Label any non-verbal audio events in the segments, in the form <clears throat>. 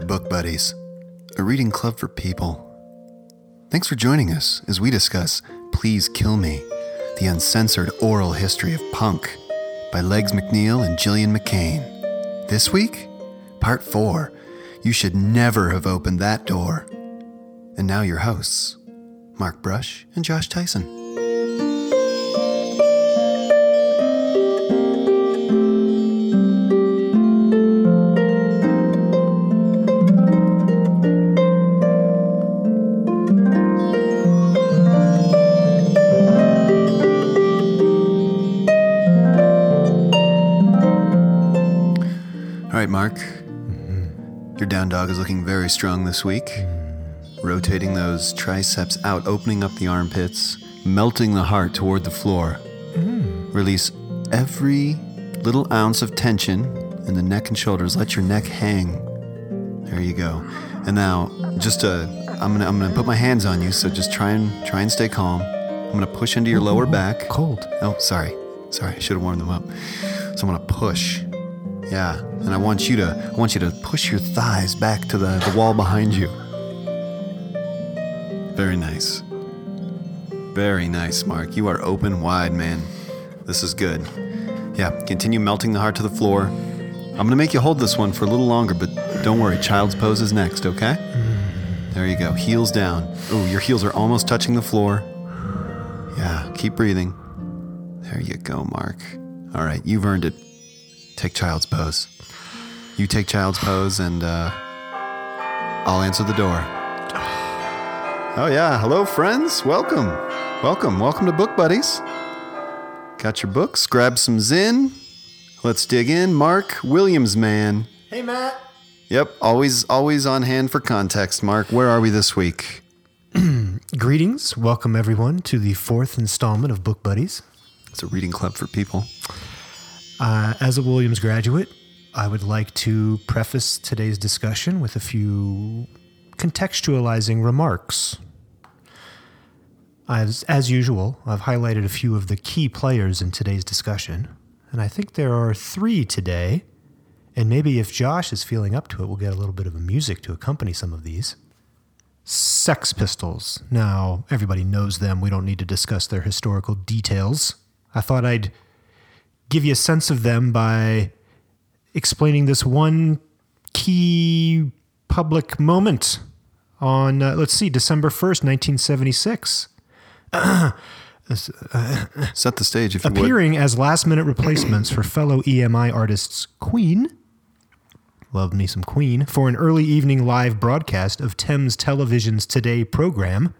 Buddies, a reading club for people. Thanks for joining us as we discuss Please Kill Me, the uncensored oral history of punk by Legs McNeil and Jillian McCain. This week, part four. You should never have opened that door. And now your hosts, Mark Brush and Josh Tyson. All right, Mark. Your down dog is looking very strong this week. Rotating those triceps out, opening up the armpits, melting the heart toward the floor. Release every little ounce of tension in the neck and shoulders. Let your neck hang. There you go. And now, just uh, I'm gonna I'm gonna put my hands on you. So just try and try and stay calm. I'm gonna push into your lower back. Cold. Oh, sorry. Sorry, I should have warmed them up. So I'm gonna push. Yeah, and I want you to I want you to push your thighs back to the, the wall behind you. Very nice. Very nice, Mark. You are open wide, man. This is good. Yeah, continue melting the heart to the floor. I'm gonna make you hold this one for a little longer, but don't worry, child's pose is next, okay? There you go. Heels down. Ooh, your heels are almost touching the floor. Yeah, keep breathing. There you go, Mark. All right, you've earned it. Take child's pose. You take child's pose, and uh, I'll answer the door. Oh, yeah. Hello, friends. Welcome. Welcome. Welcome to Book Buddies. Got your books, grab some Zin. Let's dig in. Mark Williams, man. Hey, Matt. Yep, always, always on hand for context. Mark, where are we this week? Greetings. Welcome, everyone, to the fourth installment of Book Buddies. It's a reading club for people. Uh, as a Williams graduate, I would like to preface today's discussion with a few contextualizing remarks. As, as usual, I've highlighted a few of the key players in today's discussion, and I think there are three today. And maybe if Josh is feeling up to it, we'll get a little bit of music to accompany some of these. Sex Pistols. Now, everybody knows them. We don't need to discuss their historical details. I thought I'd give you a sense of them by explaining this one key public moment on, uh, let's see, December 1st, 1976. Set the stage if you would. appearing as last minute replacements for fellow EMI artists Queen, love me some Queen, for an early evening live broadcast of Thames Television's Today program.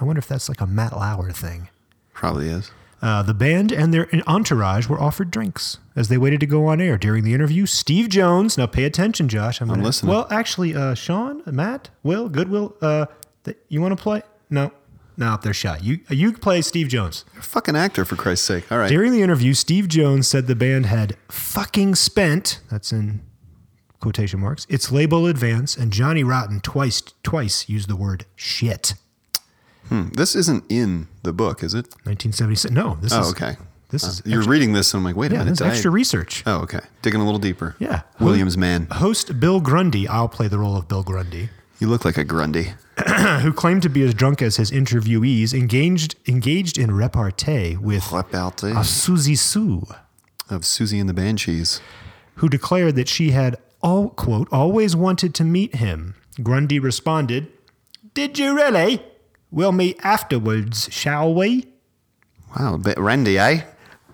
I wonder if that's like a Matt Lauer thing. Probably is. Uh, the band and their entourage were offered drinks as they waited to go on air. During the interview, Steve Jones. Now, pay attention, Josh. I'm, gonna- listening. Well, actually, uh, Sean, Matt, Will, Goodwill, uh, th- you want to play? No, no, they're shy. You you play Steve Jones. You're a fucking actor, for Christ's sake. All right. During the interview, Steve Jones said the band had fucking spent, that's in quotation marks, its label advance, and Johnny Rotten twice twice used the word shit. This isn't in the book, is it? 1976. No, this Oh, is okay. This Uh, is you're reading this, and I'm like, wait a yeah, minute. this is did I- extra research. Oh, okay. Digging a little deeper. Yeah. Williams man. Host Bill Grundy, I'll play the role of Bill Grundy, You look like a Grundy. who claimed to be as drunk as his interviewees, engaged engaged in repartee with Repartee Susie Sue. of Susie and the Banshees. who declared that she had all quote always wanted to meet him. Grundy responded, "Did you really? We'll meet afterwards, shall we?" Wow, a bit randy, eh?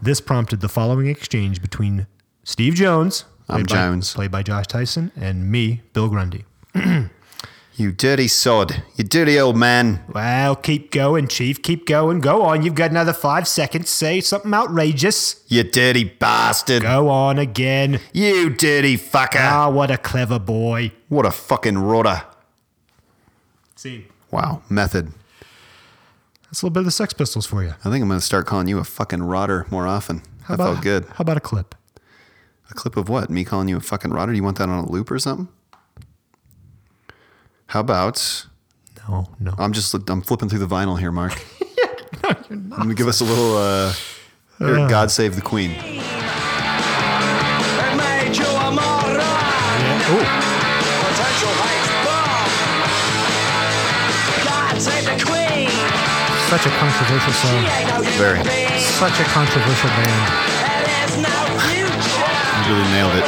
This prompted the following exchange between Steve Jones, I'm played by- Jones. played by Josh Tyson, and me, Bill Grundy. You dirty sod. You dirty old man. Well, keep going, Chief. Keep going. Go on. You've got another five seconds. Say something outrageous. You dirty bastard. Go on again. You dirty fucker. Ah, what a clever boy. What a fucking rotter. See, Wow, method. that's a little bit of the Sex Pistols for you. I think I'm going to start calling you a fucking rotter more often. that felt good. How about a clip? A clip of what? Me calling you a fucking rotter? You want that on a loop or something? How about No, no. I'm just I'm flipping through the vinyl here, <laughs> Mark. no, you're not. Let me give us a little. Uh, here, God save the Queen. It made you a moron. Oh, Potential Such a controversial song. Very. Such a controversial band. You really nailed it.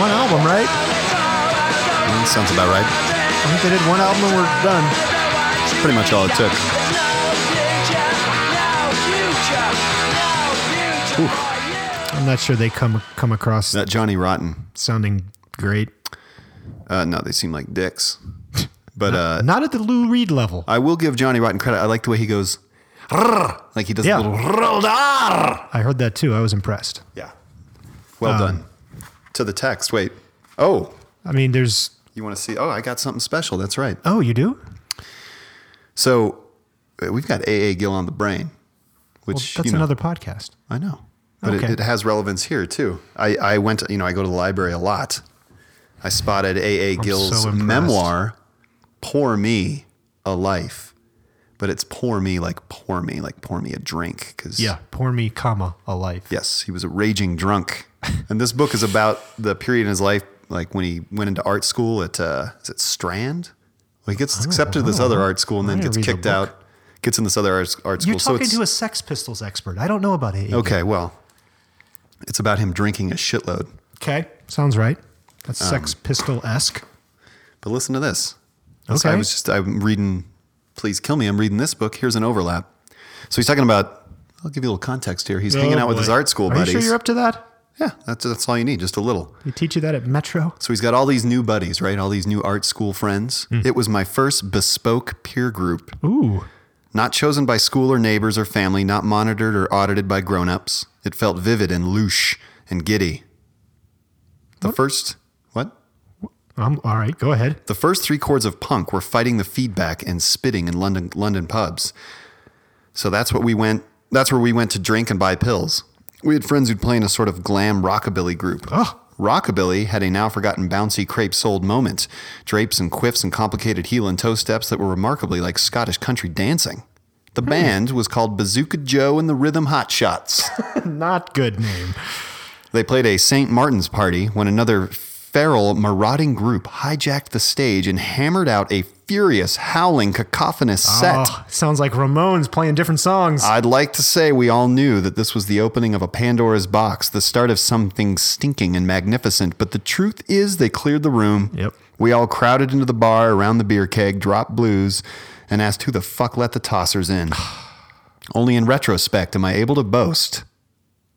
One album, right? Mm, Sounds about right. I think they did one album and we're done. That's pretty much all it took. I'm not sure they come come across That Uh, Johnny Rotten. sounding great. Uh, no, they seem like dicks. <laughs> But uh, Not at the Lou Reed level. I will give Johnny Rotten credit. I like the way he goes. "Rrr," Like he does Yeah. a little. "Rrr, dar." I heard that too. I was impressed. Yeah. Well Um, done. To the text. Wait. Oh, I mean, there's you want to see? Oh, I got something special. That's right. oh, you do? So uh, we've got AA Gill on the brain, which Well, you that's know, another podcast. I know, but Okay. it, it has relevance here too. I, I went, you know, I go to the library a lot. I spotted AA Gill's so impressed. memoir, "Pour Me a Life," but it's "Pour Me" like "Pour Me" like "Pour Me a drink" because Yeah, pour me, comma, a life. Yes, he was a raging drunk. And this book is about the period in his life, like when he went into art school at, uh, is it Strand? Well, he gets accepted to this oh, other art school and I then didn't gets read the kicked book. out, gets in this other art, art school. You're talking to a Sex Pistols expert. I don't know about E. it. okay, well, it's about him drinking a shitload. Okay. Sounds right. That's Um, Sex Pistol esque. But listen to this. This- I Okay. was just, I'm reading, please kill me. I'm reading this book. Here's an overlap. So he's talking about, I'll give you a little context here. He's hanging out with his art school Oh, Are buddies. you sure you're up to that? yeah, that's, that's all you need, just a little. They teach you that at Metro? So he's got all these new buddies, right? All these new art school friends. It was my first bespoke peer group, Ooh. not chosen by school or neighbors or family, not monitored or audited by grown-ups. It felt vivid and louche and giddy. The first what? I'm, Um, all right. <laughs> Go ahead. The first three chords of punk were fighting the feedback and spitting in London London pubs. So that's what we went that's where we went to drink and buy pills. We had friends who'd play in a sort of glam rockabilly group. Rockabilly had a now forgotten bouncy crepe sold moment, drapes and quiffs and complicated heel and toe steps that were remarkably like Scottish country dancing. The band was called Bazooka Joe and the Rhythm Hot Shots. Not good name. They played a St. Martin's party when another feral, marauding group hijacked the stage and hammered out a furious, howling, cacophonous set. Oh, sounds like Ramones playing different songs. I'd like to say we all knew that this was the opening of a Pandora's box, the start of something stinking and magnificent, but the truth is they cleared the room. Yep. We all crowded into the bar around the beer keg, dropped blues, and asked who the fuck let the tossers in. <sighs> Only in retrospect am I able to boast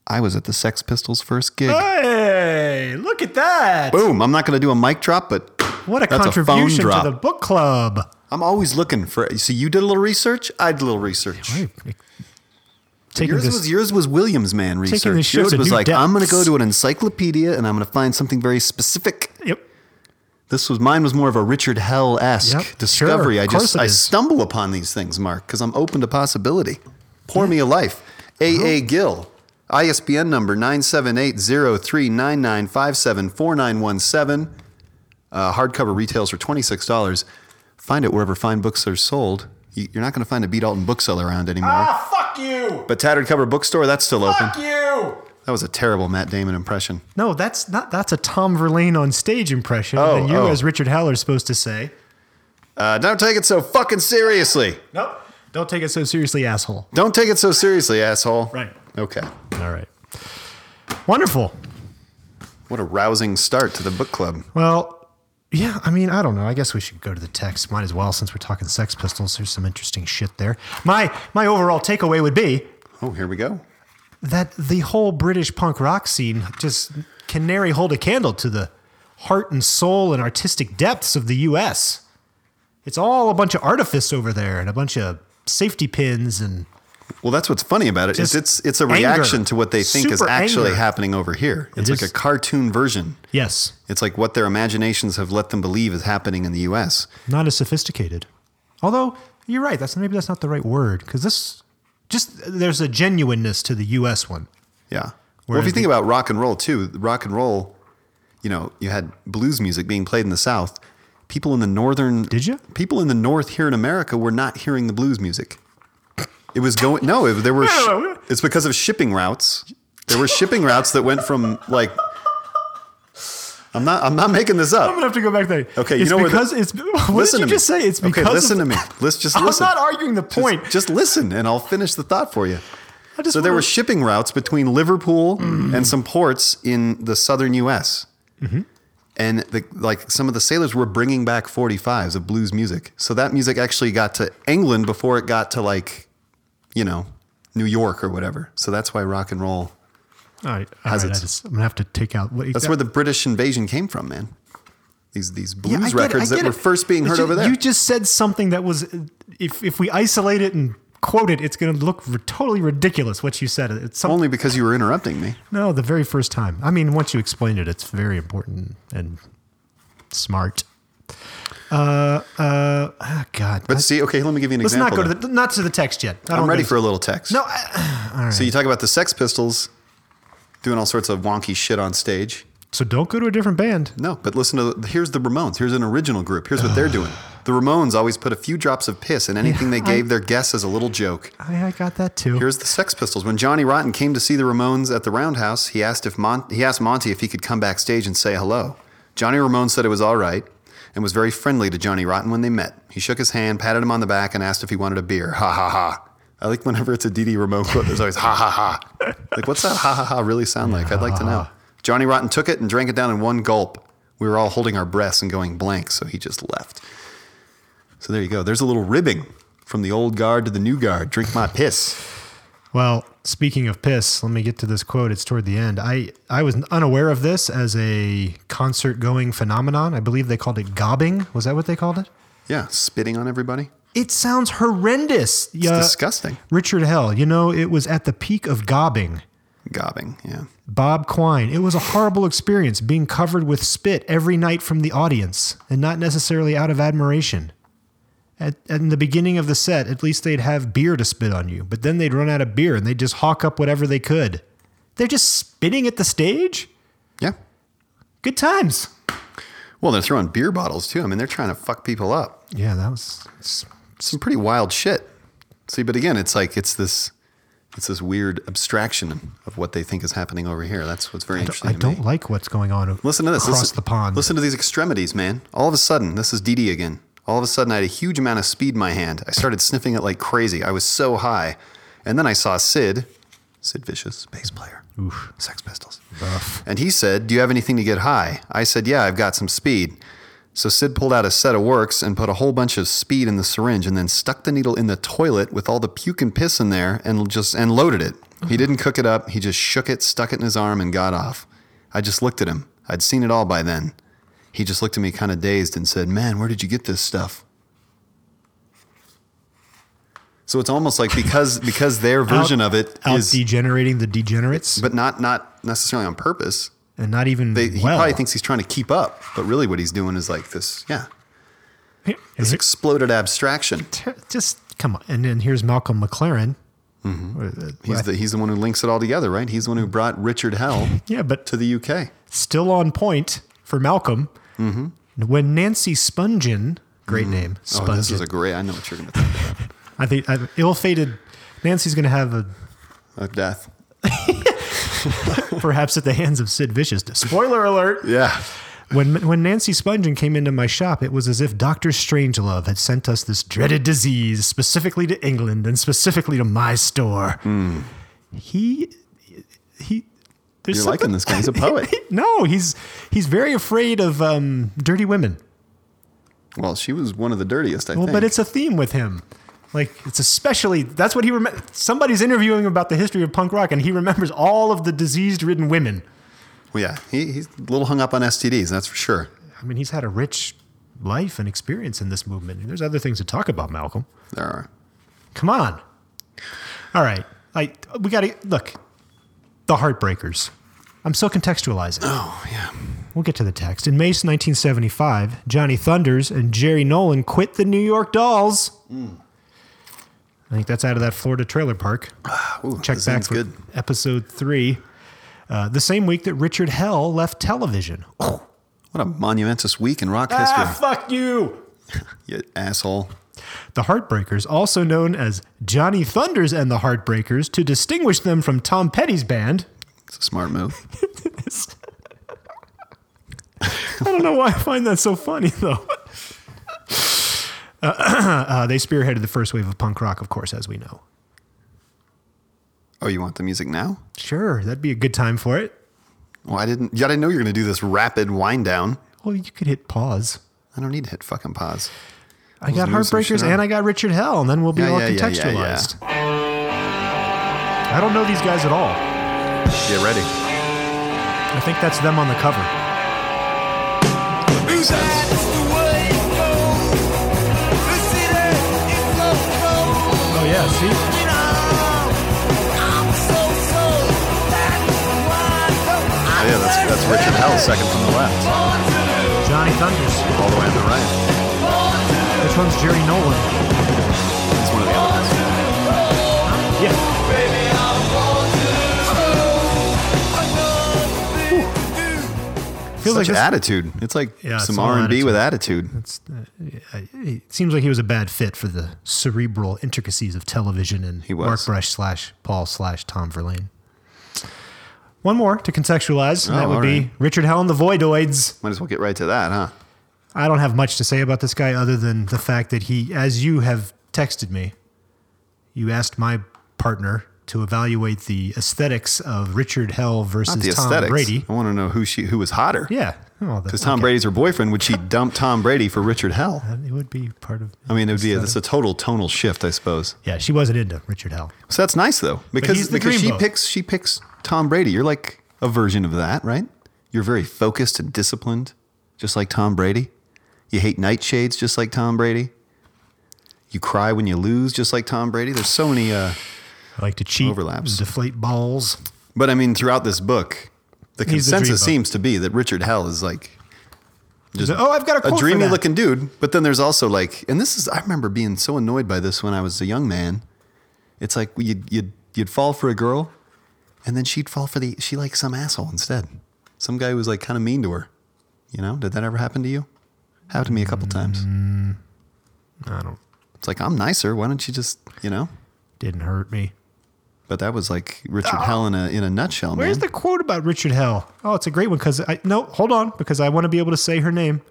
I was at the Sex Pistols' first gig. hey, look at that. Boom! I'm not going to do a mic drop, but What a That's a phone contribution drop. to the book club. I'm always looking for. So you did a little research. I did a little research. Taking Yours this, was yours was Williams man this research. show Yours to was new like I'm going to go depths." to an encyclopedia and I'm going to find something very specific. yep. This was mine was more of a Richard Hell esque Yep, discovery. sure, I of just course it I is. stumble upon these things, Mark, because I'm open to possibility. Pour me a life. A Uh-huh. A Gill. ISBN number 9780399574917. Uh, hardcover retails for $26. Find it wherever fine books are sold. You- You're not going to find a Beat Alton bookseller around anymore. Ah, fuck you! But Tattered Cover Bookstore, that's still open. Fuck you! That was a terrible Matt Damon impression. No, that's not. That's a Tom Verlaine on stage impression Oh, that you, oh. as Richard Heller, is supposed to say. Uh, don't take it so fucking seriously. Nope. Don't take it so seriously, asshole. Don't take it so seriously, asshole. Right. Okay. All right. Wonderful. What a rousing start to the book club. Well, yeah, I mean, I don't know. I guess we should go to the text. Might as well, since we're talking Sex Pistols. There's some interesting shit there. My my overall takeaway would be Oh, here we go. that the whole British punk rock scene just can nary hold a candle to the heart and soul and artistic depths of the U.S. It's all a bunch of artifice over there and a bunch of safety pins and Well, that's what's funny about it is Just it's it's a anger. reaction to what they think is Super actually anger. happening over here. It's It like is. a cartoon version. yes, It's like what their imaginations have let them believe is happening in the U.S. not as sophisticated. Although you're right, that's maybe that's not the right word because this just there's a genuineness to the U.S. one. Yeah. well, if Whereas you think the- about rock and roll too, rock and roll, you know, you had blues music being played in the South. People in the northern Did ya? People in the North here in America were not hearing the blues music. It was going no. It, <laughs> there were. sh- No. it's because of shipping routes. There were shipping routes that went from like I'm not. I'm not making this I'm up. gonna have to go back there. Okay, you it's know where the- because it's. What listen to did you me. just say? It's Okay, because. listen of, to me. Let's just <laughs> I'm listen. not arguing the Just- point. Just, listen, and I'll finish the thought for you. I just So there wanna- were shipping routes between Liverpool and some ports in the southern U.S. And the, like some of the sailors were bringing back 45s of blues music. So that music actually got to England before it got to like, you know, New York or whatever. So that's why rock and roll. All right, all Has right I its- just, I'm gonna have to take out. That's where the British invasion came from, man. These these Yeah, I blues get it, records that I get were it. first being It's heard ju- over there. You just said something that was, if if we isolate it and quote it, it's going to look r- totally ridiculous. What you said, it's some, Only because you were interrupting me. no the very first time. I mean, once you explain it, it's very important and smart. Uh, uh, ah, God. But see, okay, let me give you an Let's not example. go to then. the not to the text yet. I I'm don't ready think- for a little text. no. I, <clears throat> So you talk about the Sex Pistols doing all sorts of wonky shit on stage. so don't go to a different band. No, but listen to the, here's the Ramones. Here's an original group. Here's what they're doing. The Ramones always put a few drops of piss in anything they I- gave their guests as a little joke. I, I got that too. Here's the Sex Pistols. When Johnny Rotten came to see the Ramones at the Roundhouse, he asked if Mon- he asked Monty if he could come backstage and say hello. Johnny Ramone said it was all right and was very friendly to Johnny Rotten when they met. He shook his hand, patted him on the back, and asked if he wanted a beer. Ha ha ha. I like whenever it's a DD Ramone quote, there's always ha ha ha. Like, what's that ha ha ha really sound like? I'd like to know. Johnny Rotten took it and drank it down in one gulp. We were all holding our breaths and going blank, so he just left. So there you go. There's a little ribbing from the old guard to the new guard. Drink my piss. Well, speaking of piss, let me get to this quote. It's toward the end. I, I was unaware of this as a concert going phenomenon. I believe they called it gobbing. Was that what they called it? Yeah, spitting on everybody. It sounds horrendous. It's Yeah. disgusting. Richard Hell, you know, it was at the peak of gobbing. Gobbing. Yeah. Bob Quine, it was a horrible experience being covered with spit every night from the audience and not necessarily out of admiration. At, at in the beginning of the set, at least they'd have beer to spit on you, but then they'd run out of beer and they'd just hawk up whatever they could. They're just spitting at the stage? Yeah. Good times. Well, they're throwing beer bottles too. I mean, they're trying to fuck people up. Yeah, that was. it's- Some pretty wild shit. See, but again, it's like it's this it's this weird abstraction of what they think is happening over here. That's what's very interesting. I to don't me. like what's going on eh? Listen to this. across listen, the pond. Listen to these extremities, man. All of a sudden, this is DD again. All of a sudden, I had a huge amount of speed in my hand. I started sniffing it like crazy. I was so high. And then I saw Sid, Sid Vicious, bass player, Oof. Sex Pistols. And he said, Do you have anything to get high? I said, Yeah, I've got some speed. So Sid pulled out a set of works and put a whole bunch of speed in the syringe and then stuck the needle in the toilet with all the puke and piss in there and just and loaded it. He didn't cook it up, he just shook it, stuck it in his arm and got off. I just looked at him. I'd seen it all by then. He just looked at me kind of dazed and said, "Man, where did you get this stuff?" So it's almost like <laughs> because because their version Out- of it Out is degenerating the degenerates, but not not necessarily on purpose. and not even They, he well. probably thinks he's trying to keep up, but really what he's doing is like this, yeah, Is this it exploded abstraction. ter- just come on. And then here's Malcolm McLaren. Mm-hmm. Uh, He's the he's the one who links it all together, right? He's the one who brought Richard Hell Yeah, but to the UK. still on point for Malcolm. Mm-hmm. When Nancy Spungen, great name, Oh, Spungen. this is a great. I know what you're going to think I think i ill-fated. Nancy's going to have a <laughs> of death. perhaps at the hands of Sid Vicious. Spoiler alert. Yeah, When when Nancy Spungen came into my shop, it was as if Doctor Strangelove had sent us this dreaded disease specifically to England and specifically to my store. Hmm. He he. There's you're something- liking this guy. He's a poet. <laughs> No, he's he's very afraid of um, dirty women. Well, she was one of the dirtiest, I Well, think. but it's a theme with him. Like it's especially that's what he remember. Somebody's interviewing him about the history of punk rock, and he remembers all of the disease-ridden women. well, yeah, he, he's a little hung up on STDs, that's for sure. I mean, he's had a rich life and experience in this movement. There's other things to talk about, Malcolm. There are. Come on. All right, like we got to look. The Heartbreakers. I'm still contextualizing. Oh yeah, We'll get to the text. In May 1975, Johnny Thunders and Jerry Nolan quit the New York Dolls. I think that's out of that Florida trailer park. Ooh, Check Ah, this back ends for good. episode three. Uh, the same week that Richard Hell left television. Oh, What a monumentous week in rock Ah, history, fuck you! you asshole. The Heartbreakers, also known as Johnny Thunders and the Heartbreakers, to distinguish them from Tom Petty's band. It's a smart move. I don't know why I find that so funny, though. <laughs> Uh, <clears throat> uh, they spearheaded the first wave of punk rock, of course, as we know. Oh, you want the music now? Sure, that'd be a good time for it. Well, I didn't. Yeah, I didn't know you were going to do this rapid wind down. Well, you could hit pause. I don't need to hit fucking pause. I got move some shit Heartbreakers up. and I got Richard Hell, and then we'll be Yeah, all yeah, yeah, yeah, yeah. contextualized. I don't know these guys at all. Get ready. Oh, I think that's them on the cover. Makes sense. Oh, yeah, see? Oh, yeah, that's that's Richard Hell, second from the left, Johnny Thunders. all the way on the right. Which one's Jerry Nolan? It's one of the elements. Yeah. Feels Such like this- attitude. It's like Yeah, it's some all R and B attitude. with attitude. It's, uh, it seems like he was a bad fit for the cerebral intricacies of television and was. Mark Brush slash Paul slash Tom Verlaine. One more to contextualize, and Oh, that would all be right. Richard Hell and the Voidoids. Might as well get right to that, huh? I don't have much to say about this guy other than the fact that he, as you have texted me, you asked my partner to evaluate the aesthetics of Richard Hell versus Not the Tom aesthetics. Brady. I want to know who she who was hotter. Yeah. Well, that, Because Tom Brady's her boyfriend, would she dump Tom Brady for Richard Hell? it would be part of. I mean, it would be a, it's a total tonal shift, I suppose. Yeah, she wasn't into Richard Hell. So that's nice though, he's because the because she dreamboat. picks she picks Tom Brady. You're like a version of that, right? You're very focused and disciplined, just like Tom Brady. You hate nightshades, just like Tom Brady. You cry when you lose, just like Tom Brady. There's so many. Uh, I like to cheat, Overlaps. deflate balls. but I mean, throughout this book, the He's the consensus dreamboat. seems to be that Richard Hell is like just oh, I've got a a quote for dreamy that. looking dude. But then there's also like, and this is I remember being so annoyed by this when I was a young man. It's like you'd you'd you'd fall for a girl, and then she'd fall for the she like some asshole instead, some guy who was like kind of mean to her. You know, did that ever happen to you? Happened to me a couple times. Mm, I don't. It's like I'm nicer. Why don't you just you know? Didn't hurt me. But that was like Richard Hell in a in a nutshell, Ah. Where's man. the quote about Richard Hell? Oh, it's a great one because I no, hold on because I want to be able to say her name.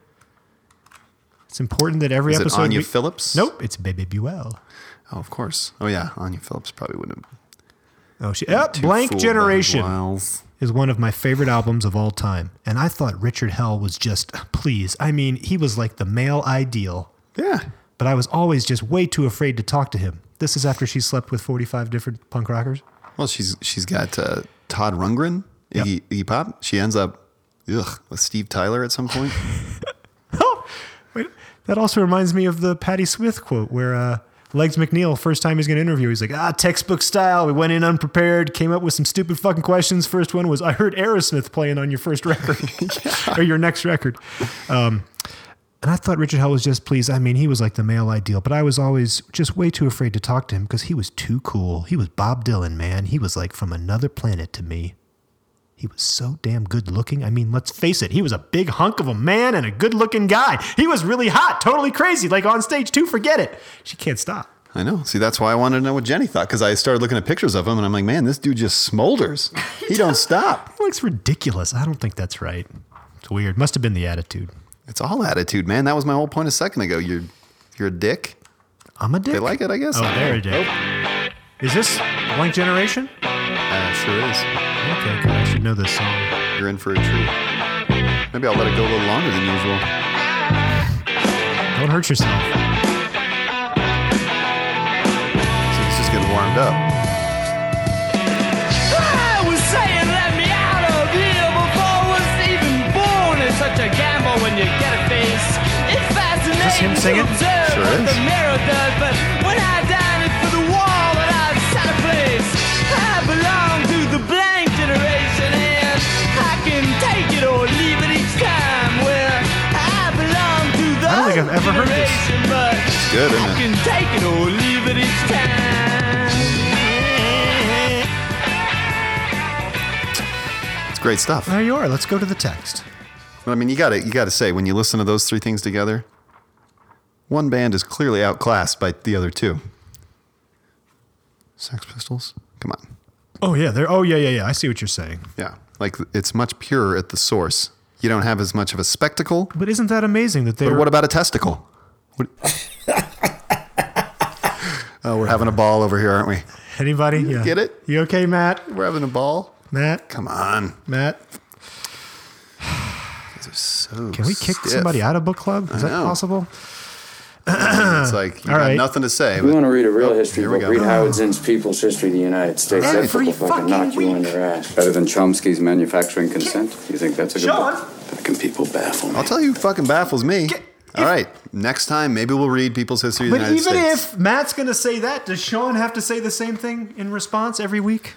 It's important that every is it episode. Anya we- Phillips? Nope, it's Baby Buell. Oh, of course. Oh yeah, Anya Phillips probably wouldn't. have Oh, she, yep, too Blank fooled by Generation his wiles. is one of my favorite albums of all time, and I thought Richard Hell was just please. I mean, he was like the male ideal, Yeah. but I was always just way too afraid to talk to him. This is after she slept with forty-five different punk rockers. Well, she's she's got uh, Todd Rundgren, Iggy, Iggy Pop. She ends up ugh, with Steve Tyler at some point. <laughs> Oh, wait, that also reminds me of the Patti Smith quote where uh, Legs McNeil, first time he's going to interview, he's like, ah, textbook style. We went in unprepared, came up with some stupid fucking questions. First one was, I heard Aerosmith playing on your first record <laughs> or your next record. Um, and I thought Richard Hell was just pleased. I mean, he was like the male ideal, but I was always just way too afraid to talk to him because he was too cool. He was Bob Dylan, man. He was like from another planet to me. He was so damn good looking. I mean, let's face it, he was a big hunk of a man and a good looking guy. He was really hot, totally crazy, like on stage too. Forget it. She can't stop. I know. See, that's why I wanted to know what Jenny thought because I started looking at pictures of him and I'm like, man, this dude just smolders. He don't stop. That looks ridiculous. I don't think that's right. It's weird. Must have been the attitude. It's all attitude, man. That was my whole point a second ago. You're you're a dick. I'm a dick. They like it, I guess. Oh, there it is. Is this Blank Generation? Uh, sure is. Okay, good. I should know this song. You're in for a treat. Maybe I'll let it go a little longer than usual. Don't hurt yourself. So it's just getting warmed up. I was saying, let me out of here before I was even born. It's such a gamble when you get a face. It's fascinating him singing? to observe Sure what is. the mirror does, but when I died it for the wall that I set a place, I belong to the blank generation, and I can take it or leave it each time. Well, I belong to I the don't think I've ever heard this. generation, but good, isn't I it? can take it or leave it each time. It's great stuff. There you are. Let's go to the text. But I mean, you got to you got to say when you listen to those three things together, one band is clearly outclassed by the other two. Sex Pistols, come on, Oh yeah, there. Oh yeah, yeah, yeah. I see what you're saying. yeah, like it's much purer at the source. You don't have as much of a spectacle. But isn't that amazing that they're But what about a testicle? What... <laughs> oh, we're having a ball over here, aren't we? anybody? Yeah. get it? You okay, Matt? We're having a ball. Matt? Come on. Matt? These are so Can we kick stiff. somebody out of book club? Is that know. possible? It's like you All got right. nothing to say. We but- want to read a real history Oh, here we book. go. Read Howard Zinn's People's History of the United States. Every that book will fucking knock you on your ass. Better than Chomsky's Manufacturing Consent. You think that's a good book? How can people baffle me? I'll tell you, who fucking baffles me. All right, next time maybe we'll read people's history of the But United even States. if Matt's going to say that, does Sean have to say the same thing in response every week?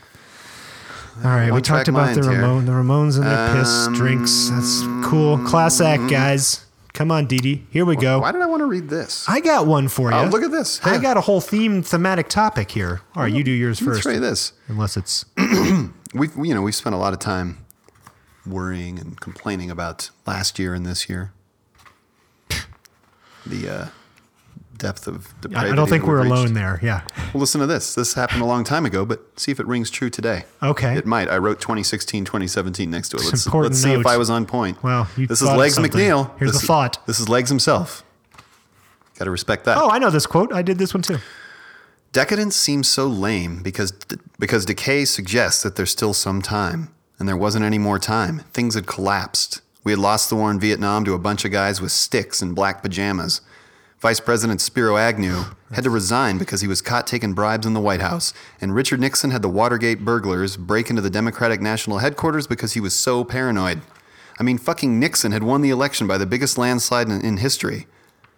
All right, we One-track talked about the mind here. Ramon, the Ramones and their piss Um, mm-hmm. drinks. That's cool. Class act, guys. Come on, Dee Dee. Here we go. Why did I want to read this? I got one for you. Oh, look at this. I Yeah. got a whole theme, thematic topic here. All right, you do yours Let's first. try this. Unless it's We've you know we've spent a lot of time worrying and complaining about last year and this <laughs> year. The uh, depth of I- depravity. I don't think we've we're reached. alone there. Yeah. Well, listen to this. This happened a long time ago, but see if it rings true today. Okay. It might. I wrote 2016, 2017 next to it. Let's, important let's see if note. I was on point. Wow, you this is thought of Legs something. McNeil. Here's this, the thought. This is Legs himself. Got to respect that. Oh, I know this quote. I did this one too. Decadence seems so lame because because decay suggests that there's still some time, and there wasn't any more time. Things had collapsed. We had lost the war in Vietnam to a bunch of guys with sticks and black pajamas. Vice President Spiro Agnew had to resign because he was caught taking bribes in the White House, and Richard Nixon had the Watergate burglars break into the Democratic National Headquarters because he was so paranoid. I mean, fucking Nixon had won the election by the biggest landslide in, in history.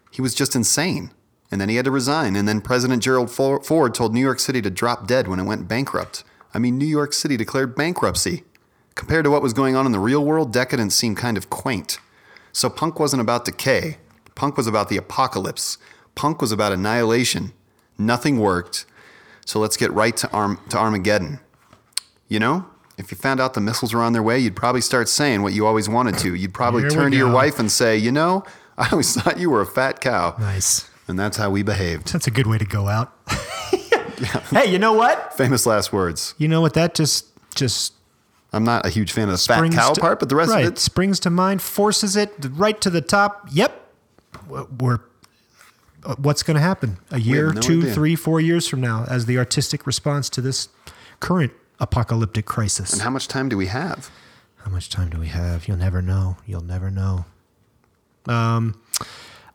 He was just insane. And then he had to resign. And then President Gerald For- Ford told New York City to drop dead when it went bankrupt. I mean, New York City declared bankruptcy. Compared to what was going on in the real world, decadence seemed kind of quaint. So punk wasn't about decay, punk was about the apocalypse, punk was about annihilation. Nothing worked. So let's get right to, Arm- to Armageddon. You know, if you found out the missiles were on their way, you'd probably start saying what you always wanted to. You'd probably Here we turn to your go. wife and say, You know, I always <laughs> thought you were a fat cow. Nice. And that's how we behaved. That's a good way to go out. <laughs> Hey, you know what? Famous last words. You know what? That just just I'm not a huge fan of the fat springs cow to, part, but the rest right, of it. springs to mind, forces it right to the top. Yep, we're uh, what's going to happen a year, no two, three, four idea. years from now as the artistic response to this current apocalyptic crisis. And how much time do we have? How much time do we have? You'll never know. You'll never know. Um,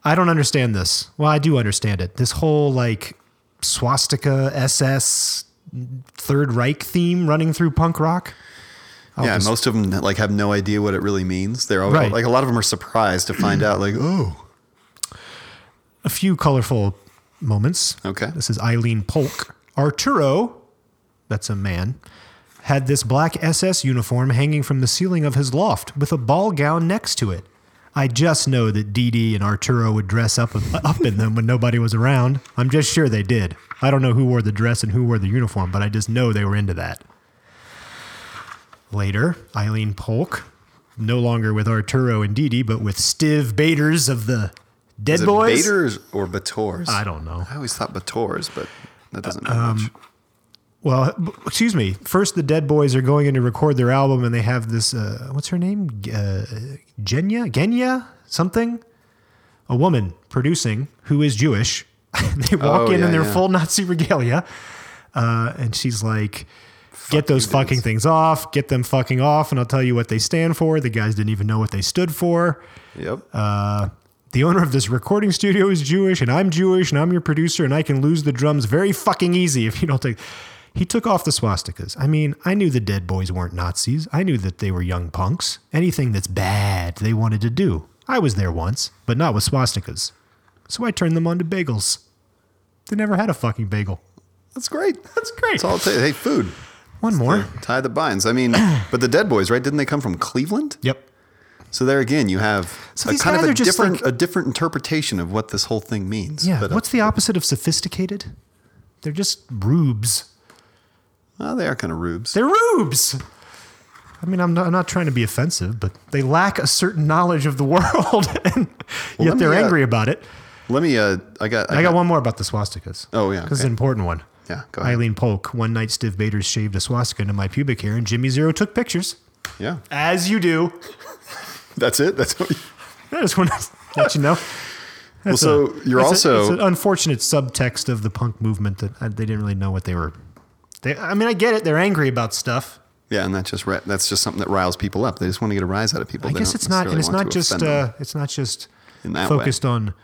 I don't understand this. Well, I do understand it. This whole like swastika SS Third Reich theme running through punk rock. I'll yeah, Oh, just- most of them like have no idea what it really means. They're all, Right. like a lot of them are surprised to find out. Like, oh, a few colorful moments. Okay. This is Eileen Polk. Arturo, that's a man, had this black SS uniform hanging from the ceiling of his loft with a ball gown next to it. I just know that Dee Dee and Arturo would dress up up in them when nobody was around. I'm just sure they did. I don't know who wore the dress and who wore the uniform, but I just know they were into that. Later, Eileen Polk, no longer with Arturo and Dee Dee, but with Stiv Baders of the Dead is it Boys. Baders or Bators? I don't know. Uh, um, I always thought Bators, but that doesn't mean much. Well, b- excuse me. First, the Dead Boys are going in to record their album, and they have this. Uh, what's her name? G- Uh, Genya, Genya, something. A woman producing who is Jewish. <laughs> they walk Oh, in yeah, in their yeah. full Nazi <laughs> regalia, uh, and she's like, "Get those you fucking dudes." things off. Get them fucking off, and I'll tell you what they stand for." The guys didn't even know what they stood for. Yep. uh, The owner of this recording studio is Jewish, and I'm Jewish, and I'm your producer, and I can lose the drums very fucking easy if you don't take. He took off the swastikas. I mean, I knew the Dead Boys weren't Nazis. I knew that they were young punks. Anything that's bad, they wanted to do. I was there once, but not with swastikas. So I turned them onto bagels. They never had a fucking bagel. that's great. That's great. That's all I'll tell you. Hey, food. One more. Tie the binds. I <clears throat> mean, but the Dead Boys, right? Didn't they come from Cleveland? Yep. So there again, you have So a these kind of guys a are just different like- a different interpretation of what this whole thing means. Yeah. But, uh, What's the opposite of sophisticated? They're just rubes. well, they are kind of rubes. They're rubes. I mean, I'm not, I'm not trying to be offensive, but they lack a certain knowledge of the <laughs> world, and let yet they're me, uh, angry about it. Let me. Uh, I got. I got one more about the swastikas. Oh, yeah, because it's okay. an important one. Yeah. Go ahead. Eileen Polk. One night, Stiv Bader shaved a swastika into my pubic hair, and Jimmy Zero took pictures, Yeah. as you do. That's it. That's what you, I just want to <laughs> let you know. well. So you're It's a- it's also an unfortunate subtext of the punk movement that uh, they didn't really know what they were. They, I mean, I get it. They're angry about stuff. yeah, and that's just ri- that's just something that riles people up. They just want to get a rise out of people. I guess it's not, and it's not just uh, it's not just In that way. focused on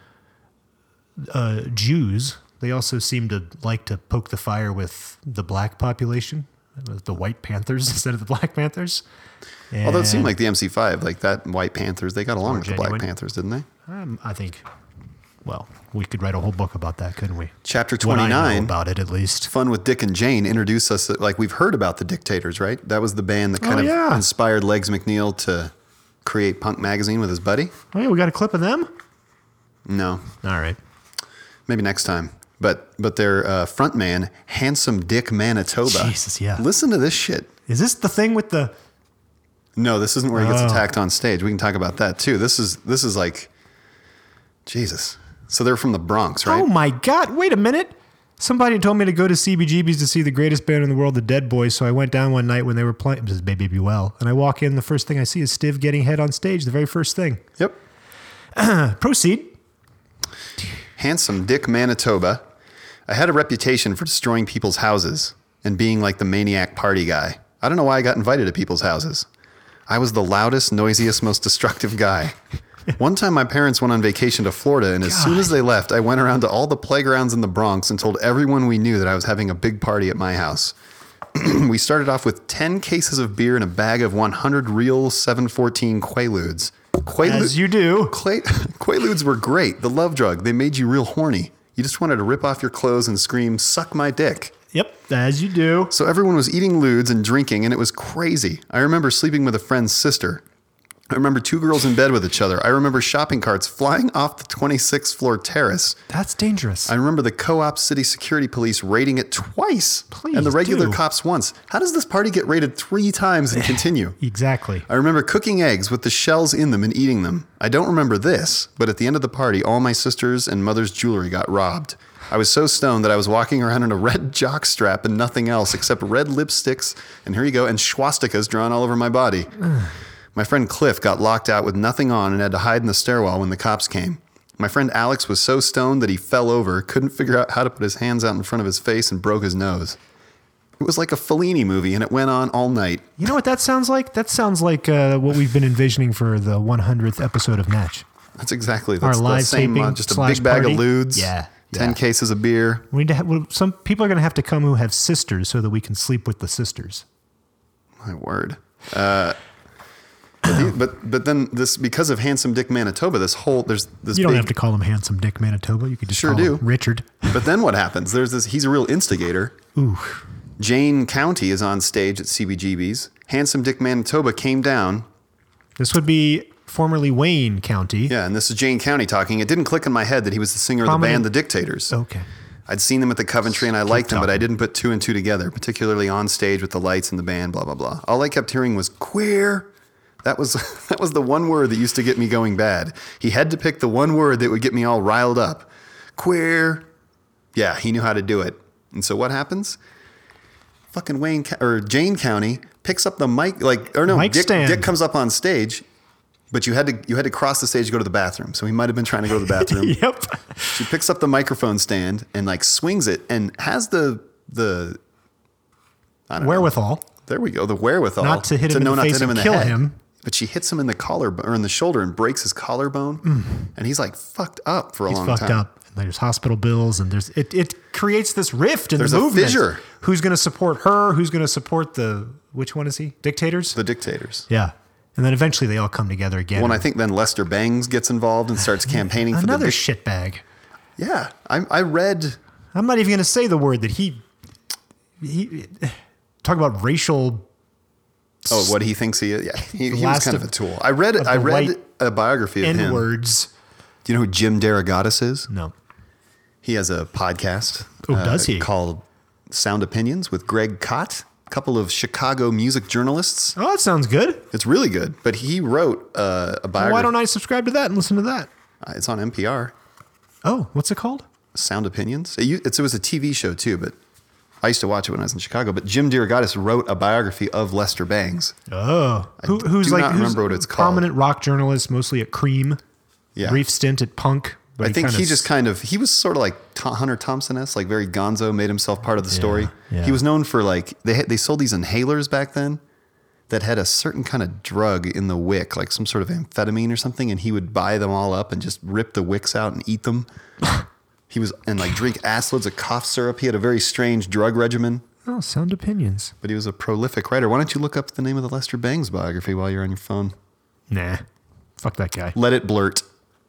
uh, Jews. They also seem to like to poke the fire with the black population, uh, the White Panthers <laughs> instead of the Black Panthers. Although it seemed And, like the MC5, like that White Panthers, they got along with the Black genuine. Panthers, didn't they? um, I think, well, we could write a whole book about that, couldn't we? Chapter What I know 29, about it at least. Fun with Dick and Jane, introduced us, uh, like we've heard about the Dictators, right? That was the band that kind Oh, of yeah. inspired Legs McNeil to create Punk Magazine with his buddy. Oh yeah, we got a clip of them. No, All right. maybe next time. But but their uh, front man, Handsome Dick Manitoba. Jesus, yeah. Listen to this shit. Is this the thing with the? No, this isn't where he gets Oh. attacked on stage. We can talk about that too. This is this is like Jesus. So they're from the Bronx, right? Oh my God! Wait a minute. Somebody told me to go to CBGB's to see the greatest band in the world, the Dead Boys. So I went down one night when they were playing. This is Baby Be Well, and I walk in. The first thing I see is Stiv getting head on stage. The very first thing. Uh, Yep. Proceed. Handsome Dick Manitoba. I had a reputation for destroying people's houses and being like the maniac party guy. I don't know why I got invited to people's houses. I was the loudest, noisiest, most destructive <laughs> guy. One time, my parents went on vacation to Florida, and as soon as they left, I went around to all the playgrounds in the Bronx and told everyone we knew that I was having a big party at my house. <clears throat> we started off with 10 cases of beer and a bag of 100 real 714 Quaaludes. Quaaludes As you do. Clay, <laughs> Quaaludes were great. The love drug. They made you real horny. You just wanted to rip off your clothes and scream, "Suck my dick." Yep. As you do. So everyone was eating lewds and drinking, and it was crazy. I remember sleeping with a friend's sister. I remember two girls in bed with each other. I remember shopping carts flying off the 26th floor terrace. That's dangerous. I remember the co-op city security police raiding it twice, Please and the regular do. cops once. How does this party get raided three times <laughs> and continue? exactly. I remember cooking eggs with the shells in them and eating them. I don't remember this, but at the end of the party, all my sister's and mother's jewelry got robbed. I was so stoned that I was walking around in a red <laughs> jockstrap and nothing else except red lipsticks, and here you go, and swastikas drawn all over my body. my friend Cliff got locked out with nothing on and had to hide in the stairwell when the cops came. My friend Alex was so stoned that he fell over, couldn't figure out how to put his hands out in front of his face, and broke his nose. It was like a Fellini movie, and it went on all night. You know what that sounds like? That sounds like uh, what we've been envisioning for the 100th episode of Match. That's exactly Our that's the live same. Uh, taping just a slash big bag party. of lewds. Yeah, Ten yeah. cases of beer. We need to have, well, some people are going to have to come who have sisters so that we can sleep with the sisters. My word. Uh, but, the- but but then this because of handsome Dick Manitoba, this whole there's this. You don't big, have to call him Handsome Dick Manitoba. You could just Sure call him do. Richard. But then what happens? There's this. He's a real instigator. Ooh. Jane County is on stage at CBGB's. Handsome Dick Manitoba came down. This would be formerly Wayne County. Yeah, and this is Jane County talking. It didn't click in my head that he was the singer of the Prominent- Oh, band The Dictators. Okay. I'd seen them at the Coventry and I liked them, but I didn't put two and two together, particularly on stage with the lights and the band, blah blah blah. All I kept hearing was queer. That was <laughs> that was the one word that used to get me going bad. He had to pick the one word that would get me all riled up. Queer. Yeah, he knew how to do it. And so what happens? Fucking Wayne Co- or Jane County picks up the mic like or no, Mic Dick, stand. Dick comes up on stage, but you had to you had to cross the stage to go to the bathroom. So he might have been trying to go to the <laughs> bathroom. Yep. She picks up the microphone stand and like swings it and has the the Wherewithal. there we go the wherewithal Not to hit him in the face and kill him. But she hits him in the collarbone or in the shoulder and breaks his collarbone, and he's like fucked up for a Mm. He's long fucked time. up. And there's hospital bills, and there's it. It creates this rift in There's a the movement. fissure. Who's going to support her? Who's going to support the which one is he? Dictators. The dictators. yeah. And then eventually they all come together again. Well, and I think then Lester Bangs gets involved and <laughs> starts campaigning for Another the. dic- shitbag. yeah, I, I read. I'm not even going to say the word that he. He talk about racial. Oh, what he thinks he is. <laughs> Yeah, he, he was last kind of, of- a tool. I read. of I the read white a biography of N him. words. Do you know who Jim Derogatis is? No. He has a podcast. uh, Oh, does he? Called Sound Opinions with Greg Cott, a couple of Chicago music journalists. Oh, that sounds good. It's really good. But he wrote uh, a biography. Why don't I subscribe to that and listen to that? Uh, It's on NPR. Oh, what's it called? Sound Opinions. It, u- it's, it was a TV show too, but I I used to watch it when I was in Chicago, but Jim DeRogatis wrote a biography of Lester Bangs. Oh, Who, who's do like not who's remember what it's called. prominent rock journalist, mostly at Cream. Yeah. brief stint at Punk. But I think kinda he s- just kind of he was sort of like T- Hunter Thompson esque, like very Gonzo, made himself part of the story. yeah. He was known for like they had, they sold these inhalers back then that had a certain kind of drug in the wick, like some sort of amphetamine or something, and he would buy them all up and just rip the wicks out and eat them. he was and like drink ass loads of cough syrup. He had a very strange drug regimen, oh, sound opinions. but he was a prolific writer. Why don't you look up the name of the Lester Bangs biography while you're on your phone? Nah, fuck that guy. Let it blurt.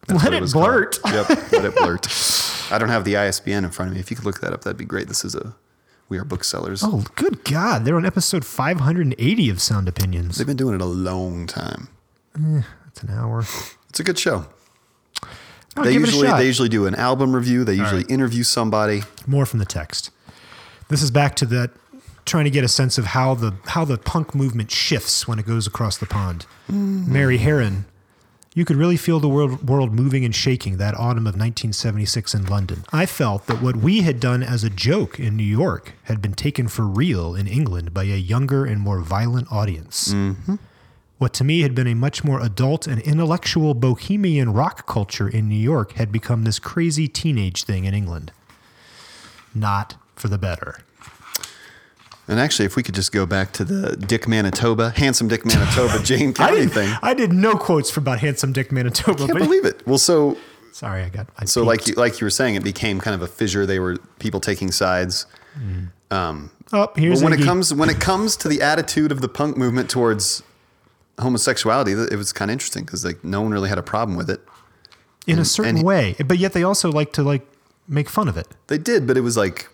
Let what it was blurt. called. Yep, let it <laughs> blurt. I don't have the ISBN in front of me. If you could look that up, that'd be great. This is a we are booksellers. Oh, good God! They're on episode 580 of Sound Opinions. They've been doing it a long time. That's an hour. It's a good show. I'll they give it a usually shot. they usually do an album review. They usually interview somebody. more from the text. This is back to that trying to get a sense of how the how the punk movement shifts when it goes across the pond. Mary Heron, you could really feel the world world moving and shaking that autumn of 1976 in London. I felt that what we had done as a joke in New York had been taken for real in England by a younger and more violent audience. What to me had been a much more adult and intellectual bohemian rock culture in New York had become this crazy teenage thing in England not for the better. And actually, if we could just go back to the Dick Manitoba, handsome Dick <laughs> Manitoba, Jane County thing. I I did no quotes for about handsome Dick Manitoba. can't but- believe it. Well, so sorry, I got I So peeked. like you, like you were saying, it became kind of a fissure. They were people taking sides. oh here's But when it Iggy. comes when it comes to the attitude of the punk movement towards homosexuality, th- it was kind of interesting because like no one really had a problem with it. in a certain and- way, but yet they also like to like make fun of it. They did, but it was like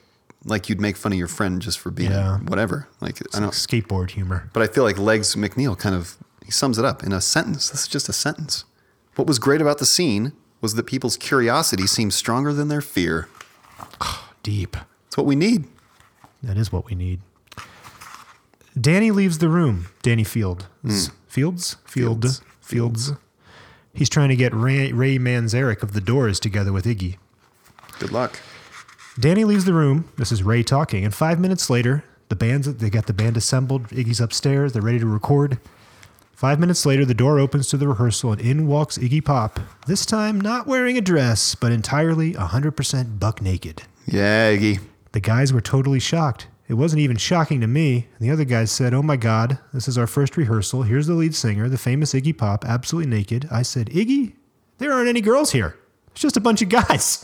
like you'd make fun of your friend just for being Yeah. whatever. Like I don't. Skateboard humor. But I feel like Legs McNeil kind of he sums it up in a sentence. This is just a sentence. What was great about the scene was that people's curiosity seemed stronger than their fear. Deep. It's what we need. That is what we need. Danny leaves the room. Danny Field. Fields? Field. Hmm. Fields. Fields. He's trying to get Ray, Ray Manzarek of the Doors together with Iggy. Good luck. Danny leaves the room. This is Ray talking, and five minutes later, the band's they got the band assembled. Iggy's upstairs. They're ready to record. Five minutes later, the door opens to the rehearsal, and in walks Iggy Pop. This time, not wearing a dress, but entirely 100% buck naked. Yeah, Iggy. The guys were totally shocked. It wasn't even shocking to me. And the other guys said, Oh my God, this is our first rehearsal. Here's the lead singer, the famous Iggy Pop, absolutely naked. I said, Iggy, there aren't any girls here. It's just a bunch of guys.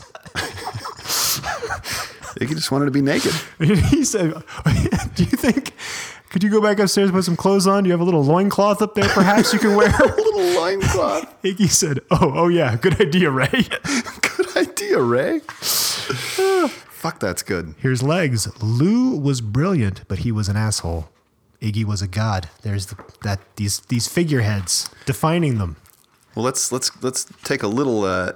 Iggy just wanted to be naked. <laughs> he said, Do you think, could you go back upstairs and put some clothes on? Do you have a little loincloth up there perhaps you can <laughs> wear? Little loincloth. Iggy said, Oh, oh yeah, good idea, Ray. Good <laughs> idea, Ray. <sighs> Fuck, that's good. <laughs> Here's legs. Lou was brilliant, but he was an asshole. Iggy was a god. There's the, that these these figureheads defining them. Well, let's let's let's take a little uh,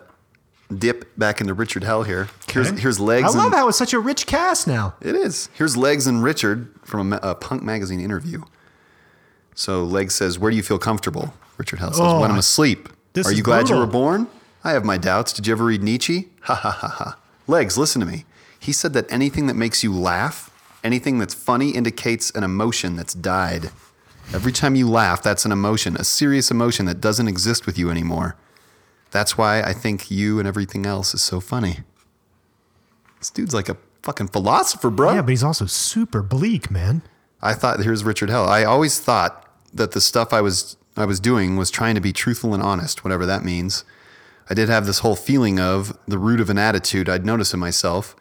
dip back into Richard Hell here. Here's Okay? here's legs. I love and, how it's such a rich cast now. it is. Here's legs and Richard from a, ma- a punk magazine interview. So legs says, "Where do you feel comfortable?" Richard Hell says, Oh, "When I'm asleep." this Are is you glad brutal. you were born? I have my doubts. Did you ever read Nietzsche? <laughs> Ha ha ha ha. Legs, listen to me. He said that anything that makes you laugh, anything that's funny, indicates an emotion that's died. Every time you laugh, that's an emotion, a serious emotion that doesn't exist with you anymore. That's why I think you and everything else is so funny. This dude's like a fucking philosopher, bro. Yeah, but he's also super bleak, man. I thought here's Richard Hell. I always thought that the stuff I was I was doing was trying to be truthful and honest, whatever that means. I did have this whole feeling of the root of an attitude I'd notice in myself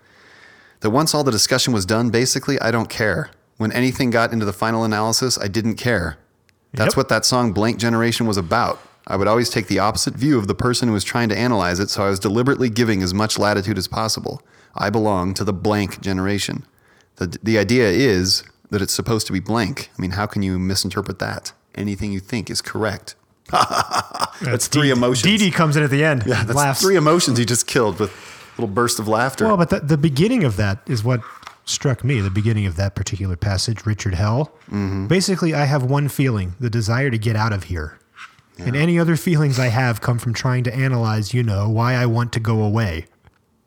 that once all the discussion was done, basically I don't care. When anything got into the final analysis, I didn't care. That's Yep. what that song Blank Generation was about. I would always take the opposite view of the person who was trying to analyze it, so I was deliberately giving as much latitude as possible. I belong to the blank generation. The, the idea is that it's supposed to be blank. I mean, how can you misinterpret that? Anything you think is correct. <laughs> That's three emotions. Dee Dee comes in at the end. That's laughs. three emotions he just killed with a little burst of laughter. Well, but the, the beginning of that is what struck me. The beginning of that particular passage, Richard Hell. Basically, I have one feeling the desire to get out of here. And any other feelings I have come from trying to analyze, you know, why I want to go away.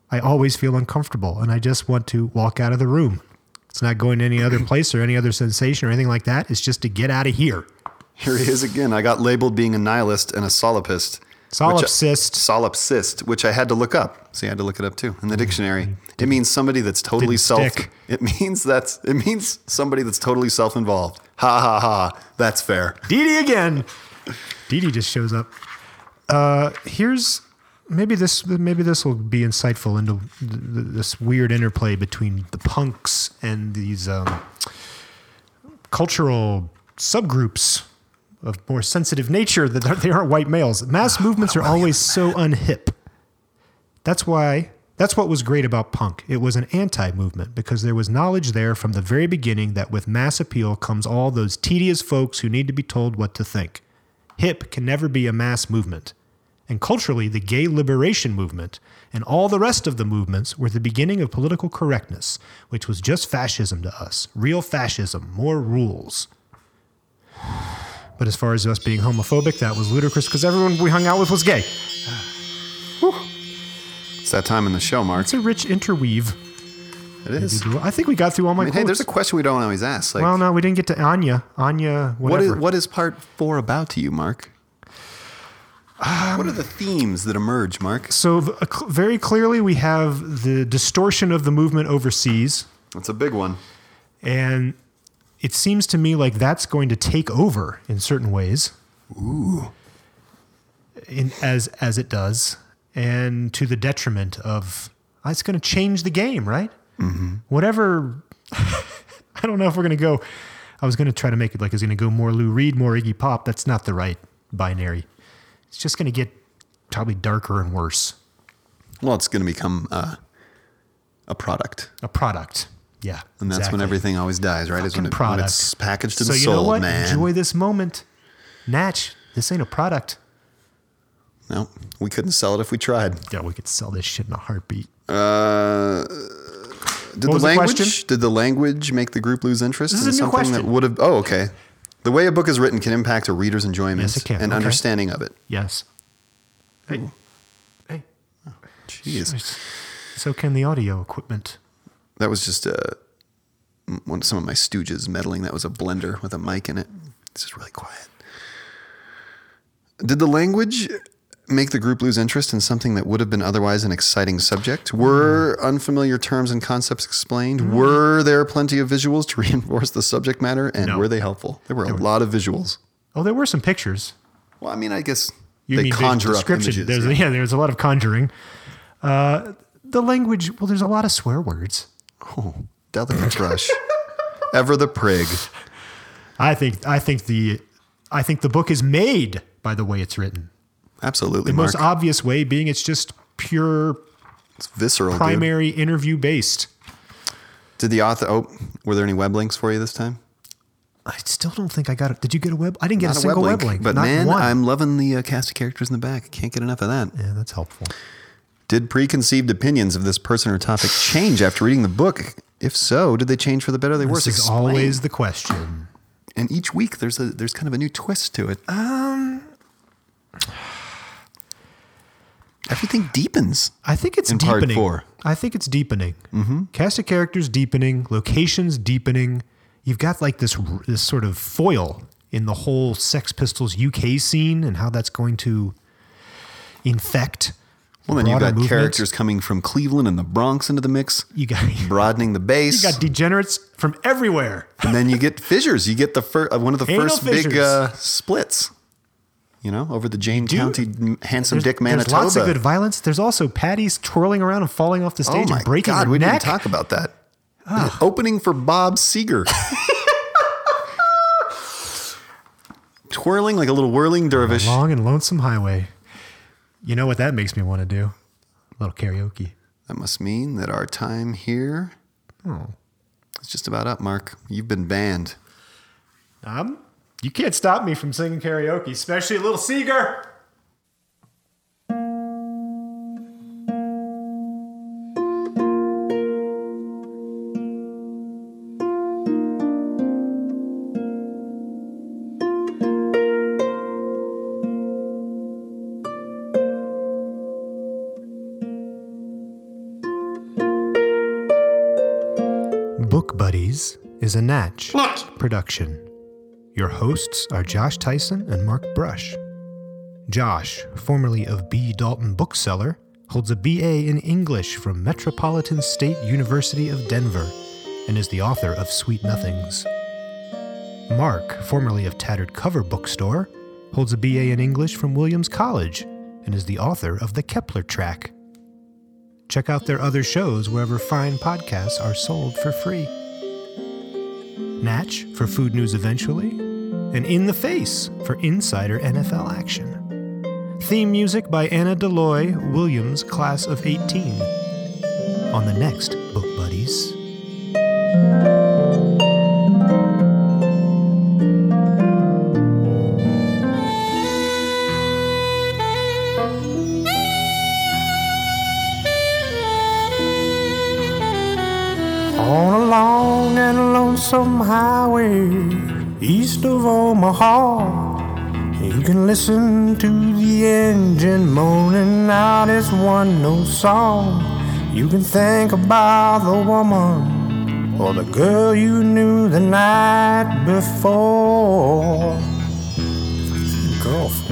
I always feel uncomfortable and I just want to walk out of the room. It's It's not going to any other place or any other sensation or anything like that. It's just to get out of here. Here he is again. I got labeled being a nihilist and a solipsist. which I- Solipsist. solipsist, which I had to look up. See, I had to look it up too in the dictionary. It means somebody that's totally Mm-hmm. self. Didn't stick. It means that's. It means somebody that's totally self-involved. Ha ha ha. That's fair. Dee Dee again. Dee Dee just shows up. Uh, here's maybe this maybe this will be insightful into th- th- this weird interplay between the punks and these um, cultural subgroups of more sensitive nature that aren't- they aren't white males. Mass movements are always so unhip. That's why. That's what was great about punk. It was an anti movement because there was knowledge there from the very beginning that with mass appeal comes all those tedious folks who need to be told what to think. Hip can never be a mass movement. And culturally, the gay liberation movement and all the rest of the movements were the beginning of political correctness, which was just fascism to us. Real fascism, more rules. But as far as us being homophobic, that was ludicrous because everyone we hung out with was gay. It's that time in the show, Mark. It's a rich interweave. It is. I think we got through all my I mean, hey, quotes. there's a question we don't always ask. Like, well, no, we didn't get to Anya. Anya, what whatever. is what is part four about to you, Mark? what are the themes that emerge, Mark? So v- uh, cl- very clearly, we have the distortion of the movement overseas, That's a big one. and it seems to me like that's going to take over in certain ways. Ooh. In, as as it does, and to the detriment of, ah, it's going to change the game, right? Mm-hmm. Whatever. <laughs> I don't know if we're going to go. I was going to try to make it like it's going to go more Lou Reed, more Iggy Pop. That's not the right binary. It's just going to get probably darker and worse. Well, it's going to become uh, a product. a product. Yeah, And that's when everything always dies, right? Is when, it, when product. it's packaged and so you sold, know what? man. Enjoy this moment, Natch. This ain't a product. No, we couldn't sell it if we tried. Yeah, we could sell this shit in a heartbeat. Uh, did the was the language question? did the language make the group lose interest This is in a new something that question. would have? Oh, okay. The way a book is written can impact a reader's enjoyment Yes, it can. and Okay. understanding of it. Yes. Hey, hey. Jeez, So can the audio equipment? that was just uh, m- one some of my stooges meddling. That was a blender with a mic in it. It's just really quiet. Did the language make the group lose interest in something that would have been otherwise an exciting subject? Were unfamiliar terms and concepts explained? Mm. Were there plenty of visuals to <laughs> reinforce the subject matter? And No. were they helpful? There were a lot of visuals. Oh, there were some pictures. Well, I mean, I guess You they mean conjure up description. images. There's, yeah. yeah. there's a lot of conjuring. Uh, the language. Well, there's a lot of swear words. Delicate brush. Ever the prig. I think. I think the. I think the book is made by the way it's written. Absolutely, The Mark. most obvious way being it's just pure it's visceral. dude. primary interview based. Did the author? Oh, were there any web links for you this time? I still don't think I got it. Did you get a web? I didn't get Not a single web link, but not man, one. I'm loving the uh, cast of characters in the back. I can't get enough of that. yeah, that's helpful. Did preconceived opinions of this person or topic change after reading the book? If so, did they change for the better or the worse? This is Explain. always the question. and each week there's a there's kind of a new twist to it. Um, everything deepens. I think it's In part deepening. four. Mm-hmm. I think it's deepening. Cast of characters deepening, locations deepening. You've got like this r- this sort of foil in the whole Sex Pistols UK scene and how that's going to infect. Well, then you've broader got movements. characters coming from Cleveland and the Bronx into the mix, You got <laughs> you broadening the base. got degenerates from everywhere. and then you get fissures. You get the fir- uh, one of the Anal first big fissures. uh, splits. You know, over the Jane County m- handsome dick Manitoba. There's lots of good violence. There's also Patty's twirling around and falling off the oh stage my and breaking God, her we neck. didn't talk about that. The Opening for Bob <laughs> Seger. Twirling like a little whirling dervish. Long and lonesome highway. You know what that makes me want to do? A little karaoke. That must mean that our time here Hmm. is just about up, Mark. You've been banned. Um, you can't stop me from singing karaoke, especially a little Seeger. Book Buddies is a Natch Look. production. Your hosts are Josh Tyson and Mark Brush. Josh, formerly of B. Dalton Bookseller, holds a BA in English from Metropolitan State University of Denver and is the author of Sweet Nothings. Mark, formerly of Tattered Cover Bookstore, holds a BA in English from Williams College and is the author of The Kepler Track. Check out their other shows wherever fine podcasts are sold for free. Natch for food news eventually, and In the Face for insider NFL action. Theme music by Anna Deloy, Williams, class of 18. On the next Book Buddies. On a long and lonesome highway east of Omaha, you can listen to the engine moaning out its one note song. You can think about the woman or the girl you knew the night before. Girlfriend.